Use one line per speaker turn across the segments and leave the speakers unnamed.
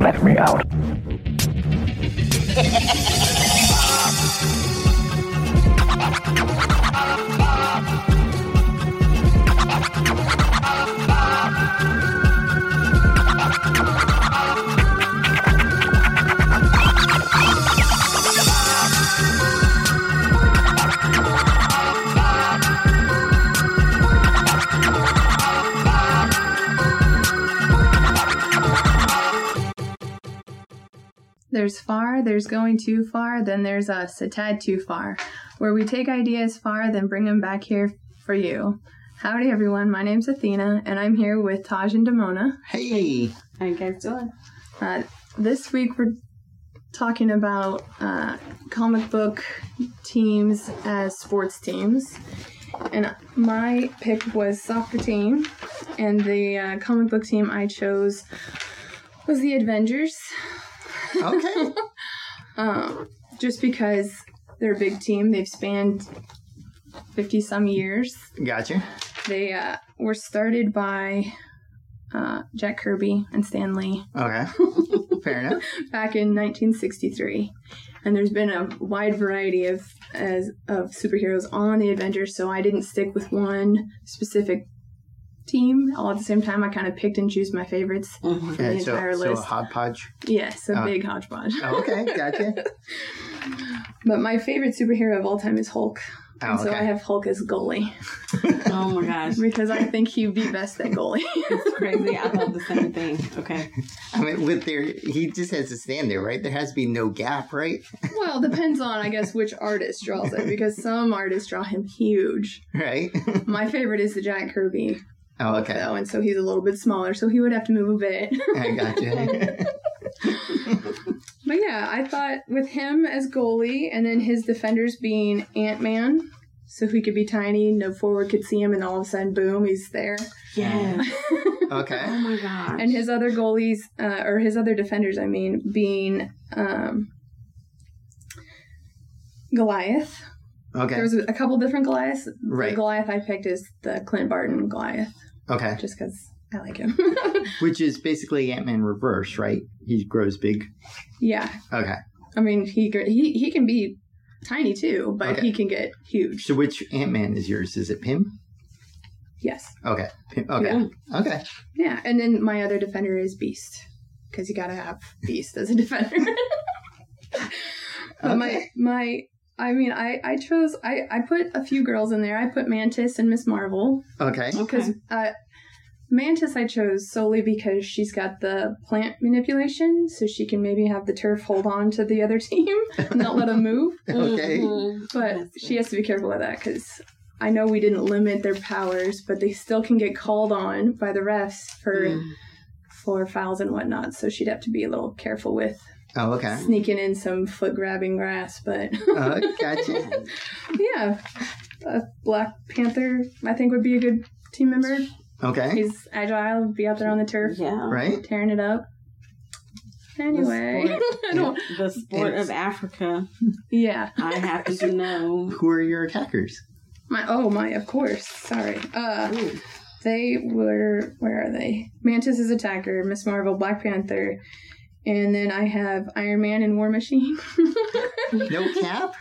Let me out.
There's far, there's going too far, then there's us, a tad too far, where we take ideas far, then bring them back here for you. Howdy, everyone. My name's Athena, and I'm here with Taj and Damona.
Hey,
How you guys doing? Uh, this week we're talking about uh, comic book teams as sports teams, and my pick was soccer team, and the uh, comic book team I chose was the Avengers.
okay.
um, just because they're a big team. They've spanned 50 some years.
gotcha.
They uh, were started by uh, Jack Kirby and Stan Lee
Okay. Fair enough.
back in 1963. And there's been a wide variety of as of superheroes on the Avengers, so I didn't stick with one specific team. All at the same time, I kind of picked and choose my favorites.
Mhm.
Yeah,
The
so,
entire
so
list.
hodgepodge.
Yes, a
Uh,
big hodgepodge.
Oh, okay, gotcha.
But my favorite superhero of all time is Hulk,
Oh,
and so I
okay.
have Hulk as goalie.
Oh my gosh.
because I think he'd be best at goalie.
It's crazy. I love the same thing. Okay.
I mean, with their, he just has to stand there, right? There has to be no gap, right?
well, depends on I guess which artist draws it because some artists draw him huge.
Right?
My favorite is the Jack Kirby
Oh, okay.
though, and so he's a little bit smaller, so he would have to move a bit.
I gotcha.
but yeah, I thought with him as goalie, and then his defenders being Ant Man. So he could be tiny, no forward could see him, and all of a sudden, boom, he's there.
Yeah. Oh
Okay.
my gosh.
And his other goalies, uh, or his other defenders, I mean, being um, Goliath,
Okay.
There was a couple different Goliaths. The
Right.
Goliath I picked is the Clint Barton Goliath,
Okay.
just because I like him.
Which is basically Ant Man reverse, right? He grows big.
yeah,
Okay.
I mean he gr- he he can be tiny too, but
Okay.
he can get huge.
So which Ant Man is yours? Is it Pym?
Yes,
Okay. Pym. Okay. Okay.
yeah. And then my other defender is Beast, because you gotta have Beast as a defender. but my
Okay.
my. I mean, I, I chose, I, I put a few girls in there. I put Mantis and Miss Marvel.
Okay.
Because
Okay.
uh, Mantis I chose solely because she's got the plant manipulation, so she can maybe have the turf hold on to the other team, not let them move.
Okay.
Mhm.
But
That's
she has to be careful with that because I know we didn't limit their powers, but they still can get called on by the refs for
Mm.
for fouls and whatnot. So she'd have to be a little careful with
Oh, okay.
sneaking in some foot grabbing grass. But
Uh, gotcha.
yeah, a Black Panther I think would be a good team member.
Okay.
He's agile, be out there on the turf.
Yeah.
Right?
tearing it up. Anyway,
The
I don't.
The sport of Africa.
Yeah,
I happen to know.
Who are your attackers?
my oh my, of course. Sorry. Uh,
Ooh.
they were where are they? Mantis is attacker, Miss Marvel, Black Panther, and then I have Iron Man and War Machine.
No cap?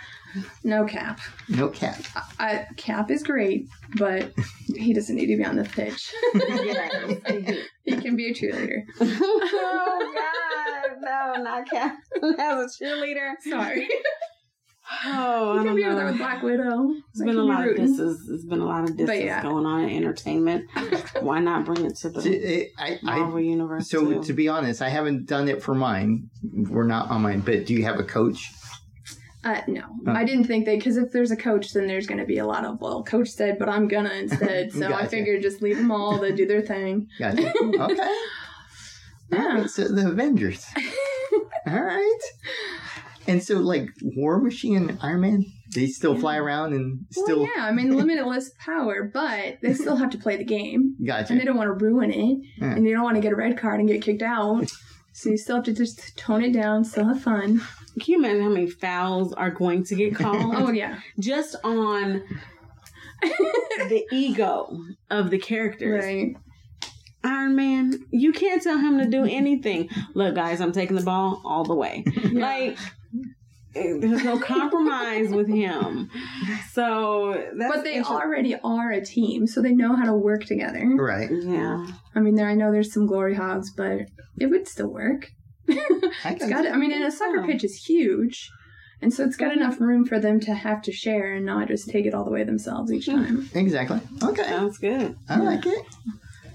no Cap.
No cap.
I, Cap is great, but he doesn't need to be on the pitch.
Yes.
he can be a cheerleader.
oh God! No, not cat. As a cheerleader.
Sorry,
Oh,
he
I
can
don't
be over there
know.
with Black Widow.
There's been a
Like,
lot
he'd be
of
rooting.
disses. There's been a lot of disses
yeah.
going on in entertainment. Why not bring it to
So,
the
eh, I, I,
Marvel universe?
so
too?
to be honest, I haven't done it for mine. We're not on mine, but do you have a coach?
Uh, no,
Oh.
I didn't think they because if there's a coach, then there's going to be a lot of well, coach said, but I'm gonna instead. So I
Gotcha.
figured just leave them all. They do their thing.
Gotcha. Okay. All
Yeah.
right, so the Avengers. All right. And so, like, War Machine and Iron Man, they still fly around and still.
Well, yeah, I mean limitless power, but they still have to play the game, and
Gotcha.
they don't want to ruin it,
Yeah.
and they don't want to get a red card and get kicked out. So you still have to just tone it down, still have fun.
Can you imagine how many fouls are going to get called?
Oh yeah,
Just on the ego of the characters.
right.
Iron Man, you can't tell him to do anything. Look, guys, I'm taking the ball all the way. Like, there's no compromise with him. So that's
but they
inter-
already are a team, so they know how to work together.
Right.
Yeah,
I mean, there I know there's some glory hogs, but it would still work. it's
I can-
got. I mean, and a soccer pitch is huge, and so it's got enough room for them to have to share and not just take it all the way themselves each time.
exactly. Okay.
Oh,
sounds good.
I like it.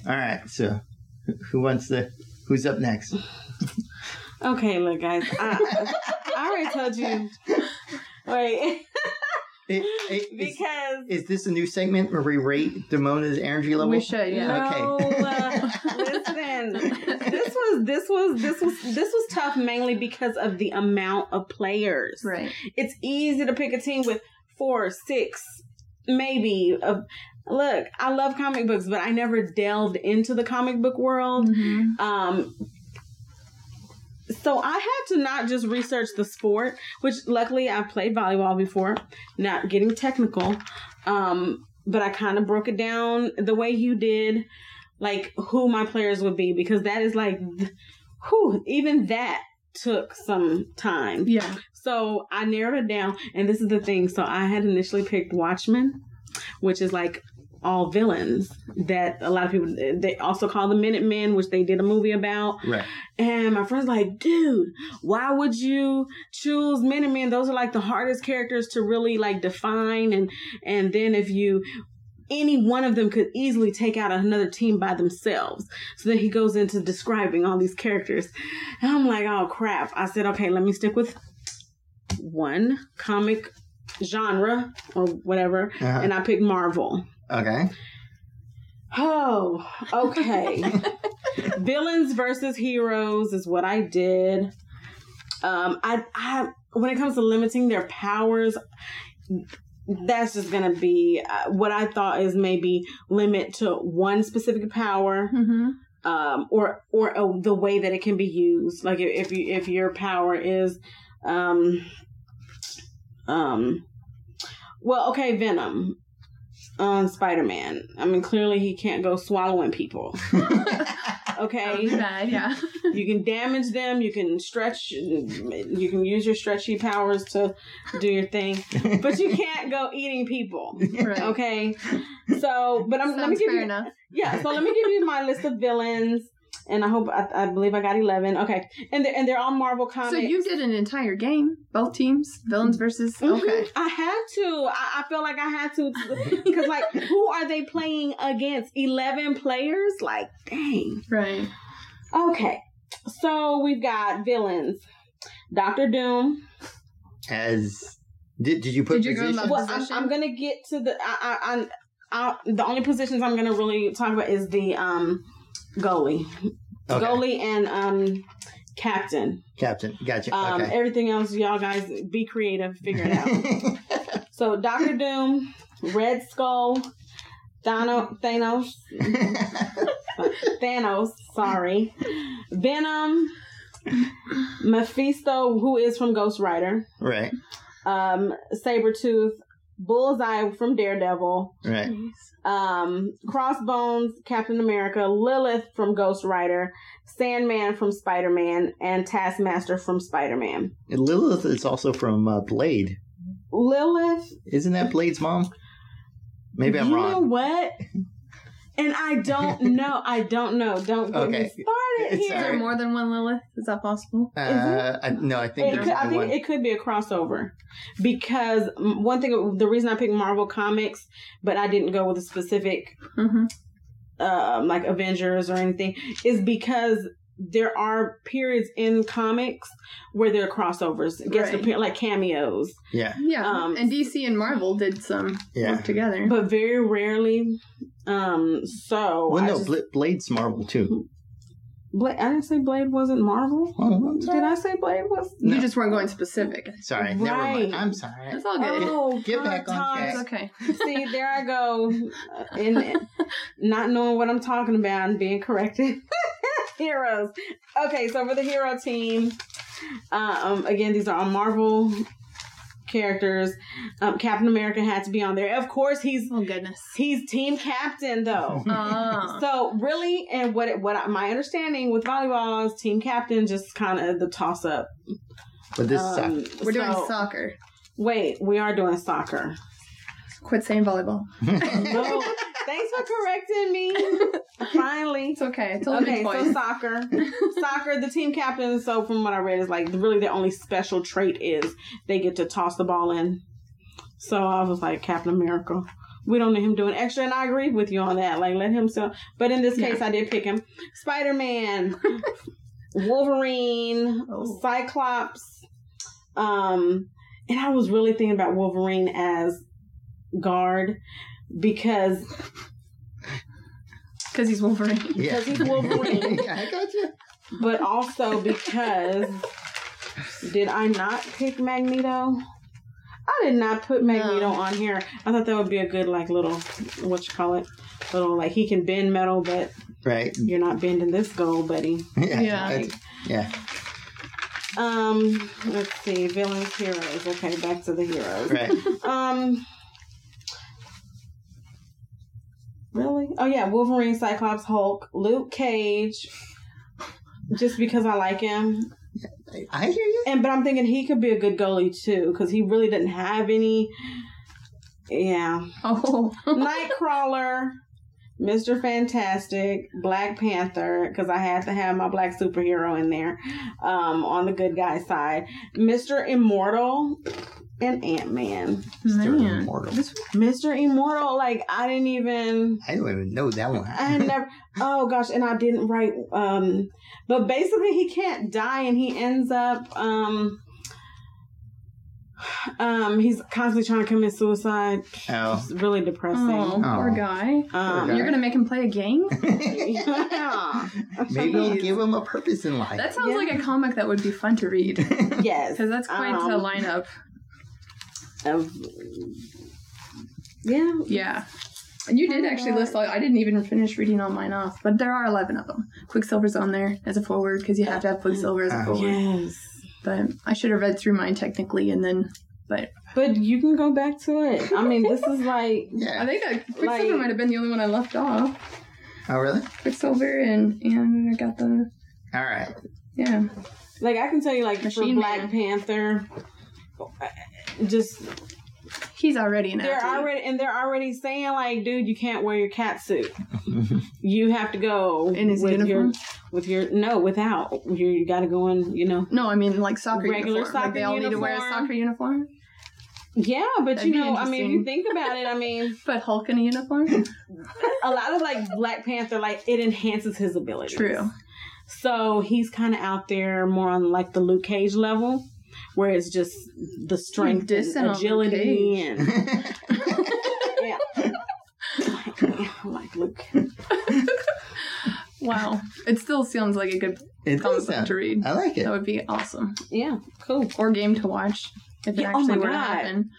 All right. So, wh- who wants the? Who's up next?
Okay, look, guys, I, I already told you. Wait,
It- it- is,
because
is this a new segment where we rate Damona's energy level?
We should, yeah.
No, uh, listen. This was this was this was this was tough mainly because of the amount of players.
Right.
It's easy to pick a team with four, six, maybe. Of, look, I love comic books, but I never delved into the comic book world.
Mhm.
Um, so I had to not just research the sport, which luckily I've played volleyball before, not getting technical. Um, but I kind of broke it down the way you did, like who my players would be, because that is like, th- whew, even that took some time.
Yeah.
So I narrowed it down, and this is the thing. So I had initially picked Watchmen, which is like all villains that a lot of people they also call the Minutemen, which they did a movie about.
Right.
And my friend's like, dude, why would you choose Minutemen? Those are like the hardest characters to really like define and and then if you any one of them could easily take out another team by themselves. So then he goes into describing all these characters. And I'm like, oh crap. I said, okay, let me stick with one comic genre or whatever.
Uh-huh.
And I picked Marvel.
Okay.
Oh, okay. Villains versus heroes is what I did. Um, I, I, when it comes to limiting their powers, that's just gonna be uh, what I thought is maybe limit to one specific power,
Mm-hmm.
um, or or uh, the way that it can be used. Like if if you if your power is, um, um, well, okay, Venom on Spider Man. I mean, clearly he can't go swallowing people. Okay,
Bad. Yeah.
you can damage them. You can stretch. You can use your stretchy powers to do your thing, but you can't go eating people.
Right.
Okay, so but I'm
Sounds
let me give
fair
you
enough.
yeah, so let me give you my list of villains, and I hope I, I believe I got eleven. Okay, and they're, and they're all Marvel comics.
So you did an entire game, both teams, villains versus.
Mhm.
Okay.
I had to. I, I feel like I had to because like who are they playing against? Eleven players? Like dang.
Right.
Okay, so we've got villains. Doctor Doom.
As did did you put
Did you go
position?
A
Well, I'm,
position?
I'm gonna get to the. I, I, I, I, the only positions I'm gonna really talk about is the um goalie,
Okay.
goalie and um captain.
Captain. Gotcha.
Um,
okay.
Everything else, y'all guys, be creative, figure it out. so, Doctor Doom, Red Skull, Thano, Thanos, Thanos, sorry, Venom, Mephisto, who is from Ghost Rider,
right.
um, Sabretooth, Bullseye from Daredevil,
Right.
um, Crossbones, Captain America, Lilith from Ghost Rider, Sandman from Spider Man, and Taskmaster from Spider Man.
And Lilith is also from uh, Blade.
Lilith
Isn't that Blade's mom? Maybe I'm
you know
wrong.
what? And I don't know. I don't know. Don't get
Okay.
me started
It's
here.
Is there
Sorry.
more than one Lilith? Is that possible?
Uh, I, no, I think
It
there's
could, I
only
think
one.
it could be a crossover because mm, one thing, the reason I picked Marvel comics, but I didn't go with a specific
Mm-hmm.
um, like Avengers or anything, is because there are periods in comics where there are crossovers, It gets to
Right.
appear- like cameos,
yeah.
Yeah.
Um,
and DC and Marvel did some
Yeah.
work together.
but very rarely. Um, so
Well,
I,
no,
just-
Bla- Blade's Marvel too.
Bla- I didn't say Blade wasn't Marvel.
Oh, I'm
Did
sorry.
I say Blade was?
No.
You just weren't going specific.
Sorry. Never
Right.
mind. I'm sorry.
That's all good.
Oh,
Get
God,
back on
Todd,
track.
It's okay.
See, there I go, uh, in in- not knowing what I'm talking about and being corrected. Heroes. Okay, so for the hero team, um, again, these are all Marvel characters. Um, Captain America had to be on there. Of course, he's
Oh goodness.
he's team captain though.
Ah.
So really, and what it, what I, my understanding with volleyball is team captain just kind of the toss up.
But this sucked.
We're doing
so-
soccer.
Wait, we are doing soccer.
Quit saying volleyball.
um, No, thanks for correcting me. Finally.
It's okay. I told you
Okay,
twice.
so soccer, soccer. The team captain. So from what I read, is like really their only special trait is they get to toss the ball in. So I was like Captain America. We don't need him doing extra, and I agree with you on that. Like let him sell. But in this case, I did pick him. Spider Man, Wolverine,
Oh.
Cyclops. Um, and I was really thinking about Wolverine as guard because
Because he's Wolverine.
yeah.
because he's Wolverine.
Yeah, I got you.
but also because did I not pick Magneto? I did not put Magneto
No.
on here. I thought that would be a good like little what you call it, little like he can bend metal, but
Right.
you're not bending this gold, buddy.
Yeah.
Yeah.
that's- yeah.
Um, let's see, villains, heroes. Okay, back to the heroes.
Right.
Um. Really? Oh yeah, Wolverine, Cyclops, Hulk, Luke Cage. Just because I like him,
I hear you.
And but I'm thinking he could be a good goalie too because he really didn't have any. Yeah,
Oh.
Nightcrawler, Mister Fantastic, Black Panther because I had to have my black superhero in there um, on the good guy side. Mister Immortal and Ant Man.
They're
Man.
immortal.
This
Mister Immortal, like I didn't even.
I don't even know that one.
I had never. Oh gosh, and I didn't write. Um, but basically, he can't die, and he ends up. Um, um, he's constantly trying to commit suicide.
Oh.
It's really
oh,
depressing.
poor
Oh.
guy.
Poor
Um,
You're gonna make him play a game?
yeah.
Maybe I'll
Jeez.
give him a purpose in life.
That sounds
Yeah.
like a comic that would be fun to read.
Yes,
Because that's quite a
Um,
lineup.
of- yeah,
Yeah. And you did actually list all. I didn't even finish reading all mine off, but there are eleven of them. Quicksilver's on there as a forward because you have to have Quicksilver as a
Uh,
forward.
yes.
But I should have read through mine technically, and then. But
But you can go back to it. I mean, this is like
I
yeah.
think I, Quicksilver
Like-
might have been the only one I left off.
Oh, really?
Quicksilver and and I got the
All right.
yeah.
Like I can tell you, like
Machine
for Black
Man.
Panther, just
He's already an
they're
athlete.
already and they're already saying like, dude, you can't wear your cat suit. You have to go
In his
with
uniform?
Your, with your no, without you, you got to go in. You know,
no, I mean like soccer
Regular
uniform. like they
soccer
all need to wear a
uniform.
soccer uniform.
yeah, but
That'd
you
be
know, I mean, if you
interesting.
think about it, I mean,
But Hulk in a uniform.
a lot of like Black Panther, like it enhances his ability.
True.
So he's kind of out there more on like the Luke Cage level, where it's just the strength,
dissing on
and
Luke
agility,
Cage.
and yeah, like, like Luke.
Wow, it still sounds like a good
it
comic
does
book
sound. uh,
to read.
I like it.
That would be awesome.
Yeah, cool.
or game to watch if it
Yeah, oh
actually
my
were to
God.
happen.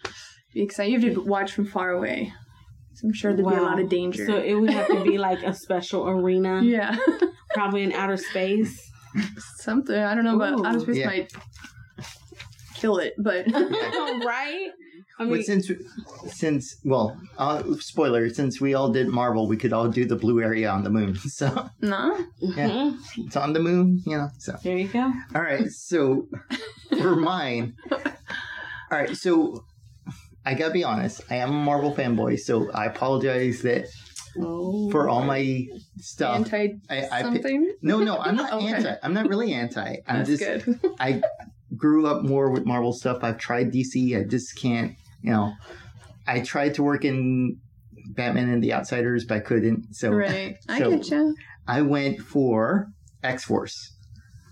Because you have to watch from far away. So I'm sure there'd be a
Wow.
lot of danger.
So um, it would have to be like a special arena,
yeah,
probably in outer space.
something I don't know about
Ooh.
outer space
Yeah.
might kill it, but
right? I
But
mean,
since since well, uh, spoiler, since we all did Marvel, we could all do the blue area on the moon. So
no.
yeah.
mhm.
it's on the moon, you know. So
there you go.
all right, so for mine, all right, so I gotta be honest, I am a Marvel fanboy, so I apologize that
Oh.
for all my stuff.
Anti
I, I pi-
something.
no, no, I'm not
Okay.
anti. I'm not really anti. I'm
That's
just
good.
I grew up more with Marvel stuff. I've tried DC. I just can't, you know. I tried to work in Batman and the Outsiders, but I couldn't. So
right. I
so-
get you.
I went for X Force.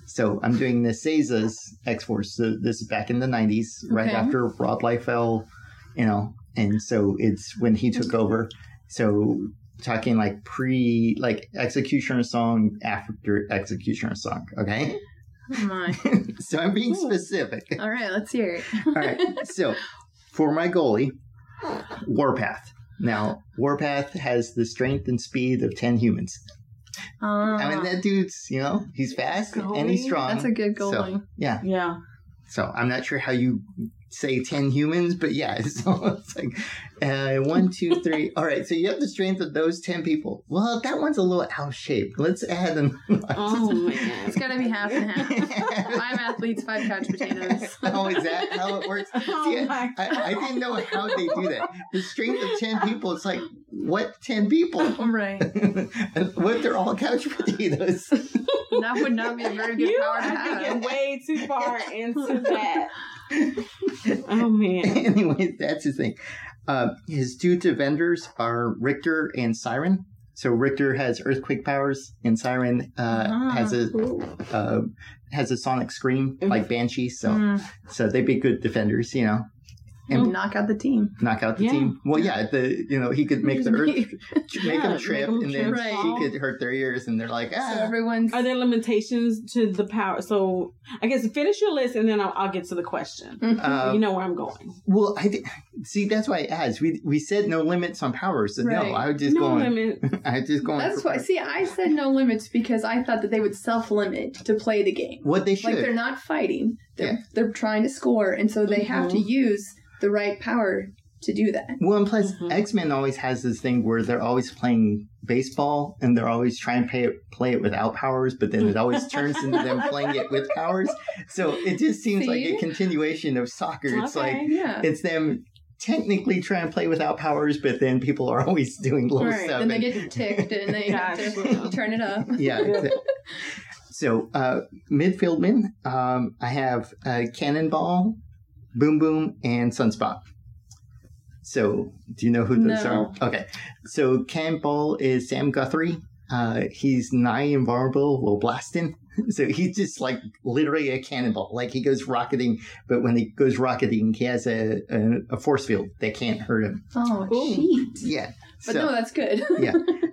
So I'm doing the Seiza's X Force. So this is back in the 90s, right
Okay.
after Rod Liefeld, you know, and so it's when he took over. So talking like pre, like Executioner song after Executioner song. Okay.
Oh my.
So I'm being
Cool.
specific.
All right, let's hear it.
All right. So for my goalie, Warpath. Now, Warpath has the strength and speed of 10 humans.
Uh,
I mean, that dude's, you know, he's fast and he's
Goalie?
strong.
that's a good goal.
So, yeah.
Yeah.
So I'm not sure how you say 10 humans, but yeah, so it's like uh, one, two, three. All right, so you have the strength of those 10 people. Well, that one's a little out shaped. Let's add an.
Oh man.
It's got to be half and half. Five athletes, five couch potatoes.
oh, is that how it works? See,
Oh my
I, I didn't know how they do that. The strength of 10 people, it's like, what 10 people?
right.
what if they're all couch potatoes?
That would not be a very good
You
power
are
to have.
thinking way too far into that. Oh man.
anyway, that's his thing. Uh, his two defenders are Richter and Siren. So Richter has earthquake powers, and Siren uh,
Ah,
has a
cool.
uh, has a sonic scream like Banshee. So
Mm,
so they'd be good defenders, you know,
and knock out the team.
knock out the
Yeah.
team. Well, yeah, the you know he could make the earth make
Yeah,
them
make
trip,
them
and then
trip.
she
Right.
could hurt their ears, and they're like,
So
ah,
everyone's
Are there limitations to the power? So I guess finish your list and then I'll, I'll get to the question.
Mm.
uh,
you know where I'm going.
well, I did, see. That's why I asked. We we said no limits on powers, so
Right.
no, I was just
No
going.
limit.
I was just going.
That's
for-
why. See, I said no limits because I thought that they would self-limit to play the game.
What they should.
Like they're not fighting; they're
Yeah.
they're trying to score, and so they have
Mm-hmm.
to use the right power to do that.
Well, and plus,
Mm-hmm.
Mhm.
X Men always has this thing where they're always playing baseball and they're always trying to play it, play it without powers, but then it always turns into them playing it with powers. So it just seems like
See?
a continuation of soccer. It's
Okay.
like
Yeah,
it's them technically trying to play without powers, but then people are always doing little
right.
stuff.
Then they
and-
get ticked, and they have to
Gotcha.
turn it up.
yeah. exactly. So uh, midfieldmen, um, I have uh, Cannonball, Boom Boom, and Sunspot. So do you know who those
No.
are? Okay. So Cannonball is Sam Guthrie. Uh, he's nigh invulnerable while blasting. So he's just like literally a cannonball. Like he goes rocketing, but when he goes rocketing, he has a, a, a force field that can't hurt him.
Oh,
Ooh.
cheat!
Yeah.
But
so,
no, that's good.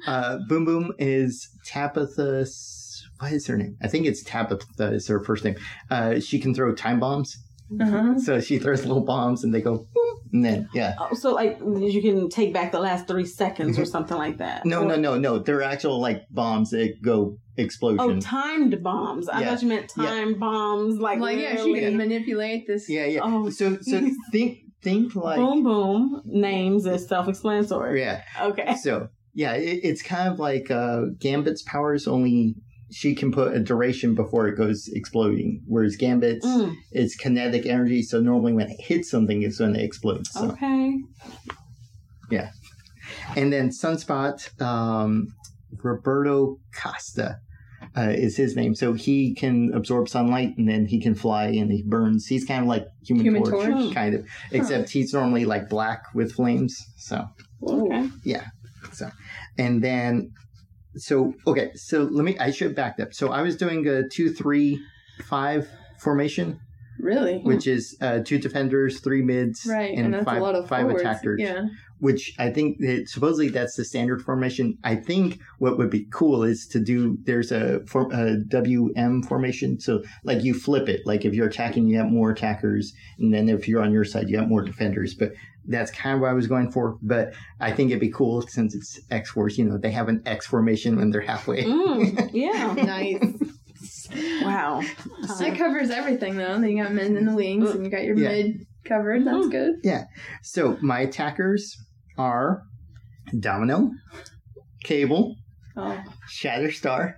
uh, Boom Boom is Tabitha. S- What is her name? I think it's Tabitha is her first name. Uh, she can throw time bombs.
Uh-huh.
So she throws little bombs and they go boom. And then, yeah.
Oh, so like you can take back the last three seconds or something like that.
Mm-hmm. No,
Or-
no, no, no. They're actual like bombs that go
Oh,
explosion.
timed bombs. I
Yeah.
thought you meant
Yeah.
time bombs. Like,
Like yeah, she
literally.
can manipulate this.
yeah, yeah.
Oh.
So, so think, think like,
boom, boom. Names is self-explanatory.
yeah.
Okay.
So, yeah, it, it's kind of like uh, Gambit's powers, only she can put a duration before it goes exploding, whereas Gambit's.
Mm,
it's kinetic energy. So normally when it hits something, it's going to explode. So.
okay.
And then Sunspot, um, Roberto Costa uh, is his name. So he can absorb sunlight and then he can fly and he burns. He's kind of like Human,
Human
Torch,
Torch.
kind of, except he's normally like black with flames. So,
Okay.
and then, so, okay, so let me, I should back up. So I was doing a two, three, five formation.
Really.
which is uh, two defenders, three mids,
Right, and,
and,
that's
five,
a lot of
five
forwards.
attackers.
Yeah,
Which I think that supposedly that's the standard formation. I think what would be cool is to do there's a, for, a WM formation. So like you flip it. Like if you're attacking, you have more attackers, and then if you're on your side, you have more defenders. But that's kind of what I was going for. But I think it'd be cool since it's X Force. You know, they have an X formation when they're halfway.
Mm, yeah.
nice.
Wow.
that covers everything though. Then you got men in the wings, and you got your
Yeah. Oh.
mid covered. That's
Mm.
good.
So my attackers are Domino, Cable,
Oh,
Shatterstar.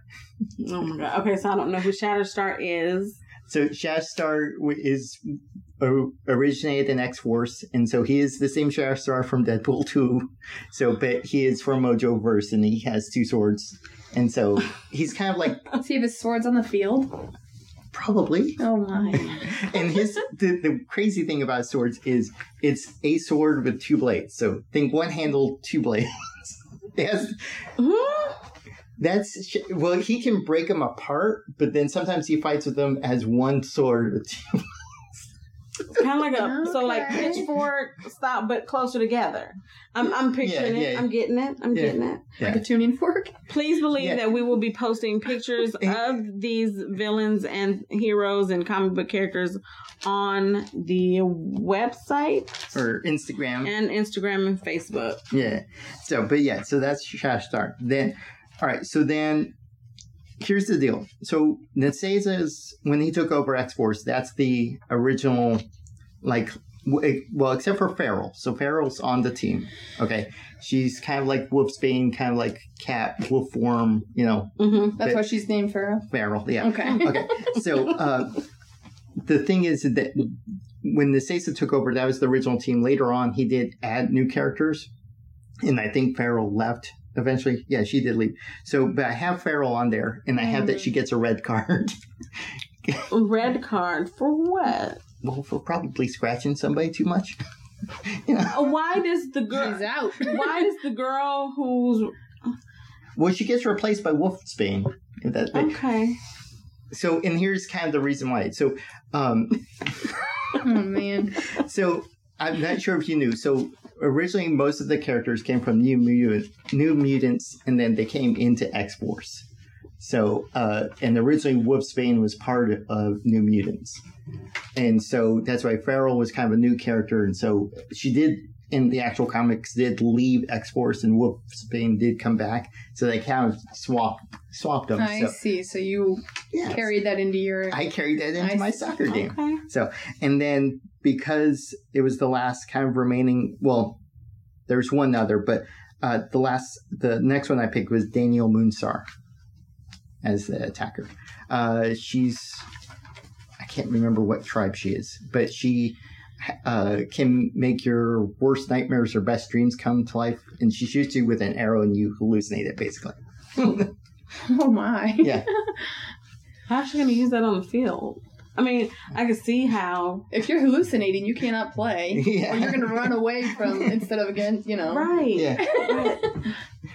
Oh my god. Okay, so I don't know who Shatterstar is.
So Shatterstar w- is o- originated in X Force, and so he is the same Shatterstar from Deadpool two. So, but he is from Mojo Verse, and he has two swords, and so he's kind of like
Let's see if his sword's on the field.
probably.
Oh my.
And his the, the crazy thing about swords is it's a sword with two blades. So think one handle, two blades. it has
Hmm?
That's sh- well, he can break them apart, but then sometimes he fights with them as one sword. with two-
kind of like a so like
Okay.
pitchfork stop but closer together i'm, I'm picturing
Yeah,
it
yeah.
i'm getting it i'm
Yeah.
getting it
Like a tuning fork.
please believe
Yeah.
that we will be posting pictures of these villains and heroes and comic book characters on the website
or Instagram,
and instagram and facebook
yeah. So, but yeah, so that's Shashtar. Then, all right. So then, here's the deal. So Naseza's when he took over X Force, that's the original, like w- eh, well, except for Feral. So Feral's on the team. Okay, she's kind of like Wolfsbane, kind of like cat, wolf form. You know,
Mm-hmm.
That's why she's named Pharaoh.
Feral. Yeah.
Okay.
Okay. So uh, the thing is that when the Sesa took over, that was the original team. Later on, he did add new characters, and I think Farrell left eventually. Yeah, she did leave. So, but I have Farrell on there, and I have that she gets a red card.
Red card for what?
well, for probably scratching somebody too much.
Uh, Why does the girl?
She's out.
Why does the girl who's
Well, she gets replaced by Wolfsbane. If that,
okay?
So, and here's kind of the reason why. So, um,
oh man.
So I'm not sure if you knew. So originally, most of the characters came from New Mutants, New Mutants, and then they came into X Force. So uh, and originally, Wolfsbane was part of New Mutants, and so that's why Farrell was kind of a new character, and so she did. In the actual comics, did leave X Force and Wolfsbane did come back, so they kind of swapped swapped them.
I
So
see. So you
yeah,
carried that into your.
I carried that into
I
my
see. Oh,
soccer game.
Okay.
And then because it was the last kind of remaining, well, there's one other, but uh, the last, the next one I picked was Daniel Moonsar as the attacker. Uh, she's, I can't remember what tribe she is, but she uh, can make your worst nightmares or best dreams come to life. And she shoots you with an arrow and you hallucinate it basically.
oh my.
Yeah.
How's she gonna use that on the field? I mean, I can see how.
If you're hallucinating, you cannot play.
yeah.
Or you're gonna run away from instead of again. You know.
Right.
Oh, Yeah.
Right.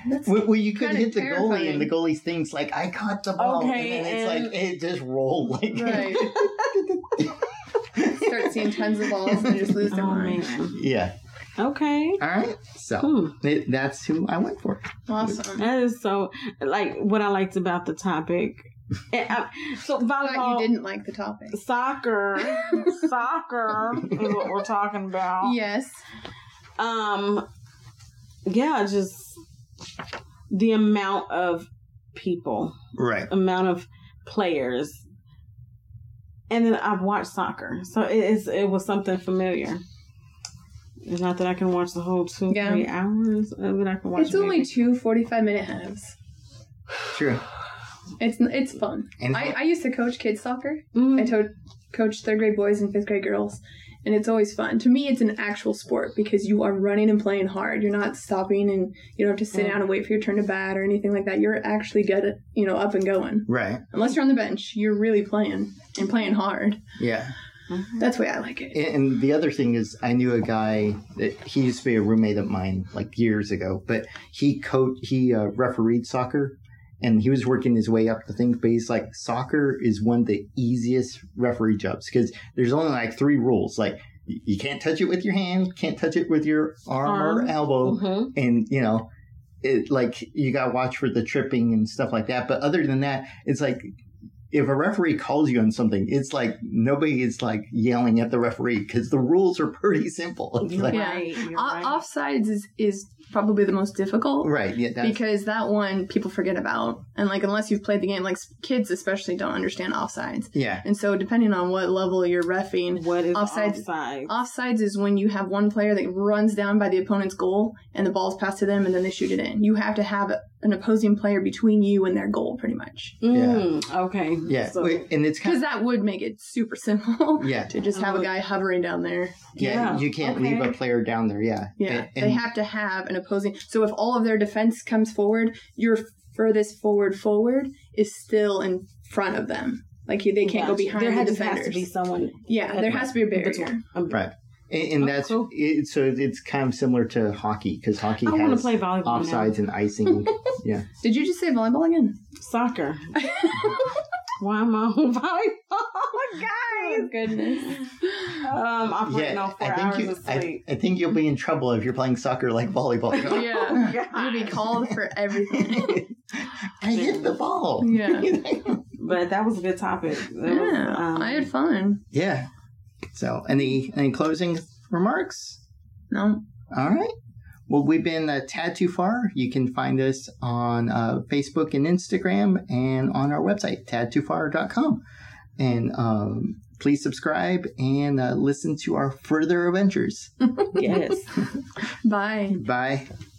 That's-
Well, well, you could
Kinda
hit the goalie,
terrifying.
and the goalie thinks like, "I caught the ball,"
Okay,
and then
and-
it's like it just rolled like.
Right. Start seeing tons of balls and just lose
Oh,
their mind.
man.
yeah.
Okay.
All right. So
Hmm.
it, that's who I went for.
Awesome.
That is so like what I liked about the topic. And, uh, so
I thought
volleyball,
you didn't like the topic.
soccer, soccer is what we're talking about.
Yes.
Um, yeah, just the amount of people,
Right.
amount of players, and then I've watched soccer, so it is it was something familiar. It's not that I can watch the whole two
Yeah.
three hours, uh, but I can watch.
It's
a
only
movie.
two 45 minute halves.
True.
It's it's fun.
And
I, I used to coach kids soccer.
Mm.
I to- coached third grade boys and fifth grade girls, and it's always fun. To me, it's an actual sport because you are running and playing hard. You're not stopping and you don't have to sit
Mm.
down and wait for your turn to bat or anything like that. You're actually good at, you know, up and going.
right.
Unless you're on the bench, you're really playing and playing hard.
Yeah.
Mhm.
That's the way I like it.
And, and the other thing is, I knew a guy that he used to be a roommate of mine like years ago, but he co he uh, refereed soccer. And he was working his way up the things, but he's like, soccer is one of the easiest referee jobs because there's only like three rules. Like, y- you can't touch it with your hand, can't touch it with your arm,
Arm.
or elbow,
Mhm.
and you know it like you got to watch for the tripping and stuff like that but other than that it's like if a referee calls you on something it's like nobody is like yelling at the referee because the rules are pretty simple It's like-
Yeah.
right. You're
O-
right.
Offsides is, is probably the most difficult.
right yeah that's,
because that one people forget about and like unless you've played the game like s- kids especially don't understand offsides
yeah
and so depending on what level you're refing
What is
Offsides-
offside?
offsides is when you have one player that runs down by the opponent's goal and the ball's passed to them and then they shoot it in you have to have a- an opposing player between you and their goal pretty much
Mm, Okay.
yeah
So-
Wait, and it's kind
because
of
that would make it super simple
yeah
to just have a guy hovering down there
yeah,
Yeah.
you can't
Okay.
leave a player down there yeah
Yeah,
and,
they have to have an opposing. So if all of their defense comes forward, your furthest forward forward is still in front of them. Like you- they can't go
Gotcha.
behind
There
the
has,
defenders.
has to be someone.
yeah, there has to be a
in
barrier.
between. Um,
Right. and, and
Oh,
that's
cool.
it, so it's kind of similar to hockey because hockey
I want to
has
play volleyball
offsides and icing
Did you just say volleyball again?
now. Soccer. Why am I on volleyball, guys?
goodness.
Um, I'm putting off four hours
you,
of sleep.
I, I think you'll be in trouble if you're playing soccer like volleyball.
yeah,
God.
you'd Oh, be called for everything.
I hit the ball.
Yeah.
But that was a good topic. That was,
yeah,
um,
I had fun.
yeah. So, any any closing remarks?
No,
All right. Well, we've been a tad too far. You can find us on uh, Facebook and Instagram and on our website, tadtoofar.com. And um, please subscribe and uh, listen to our further adventures.
Yes.
Bye.
Bye.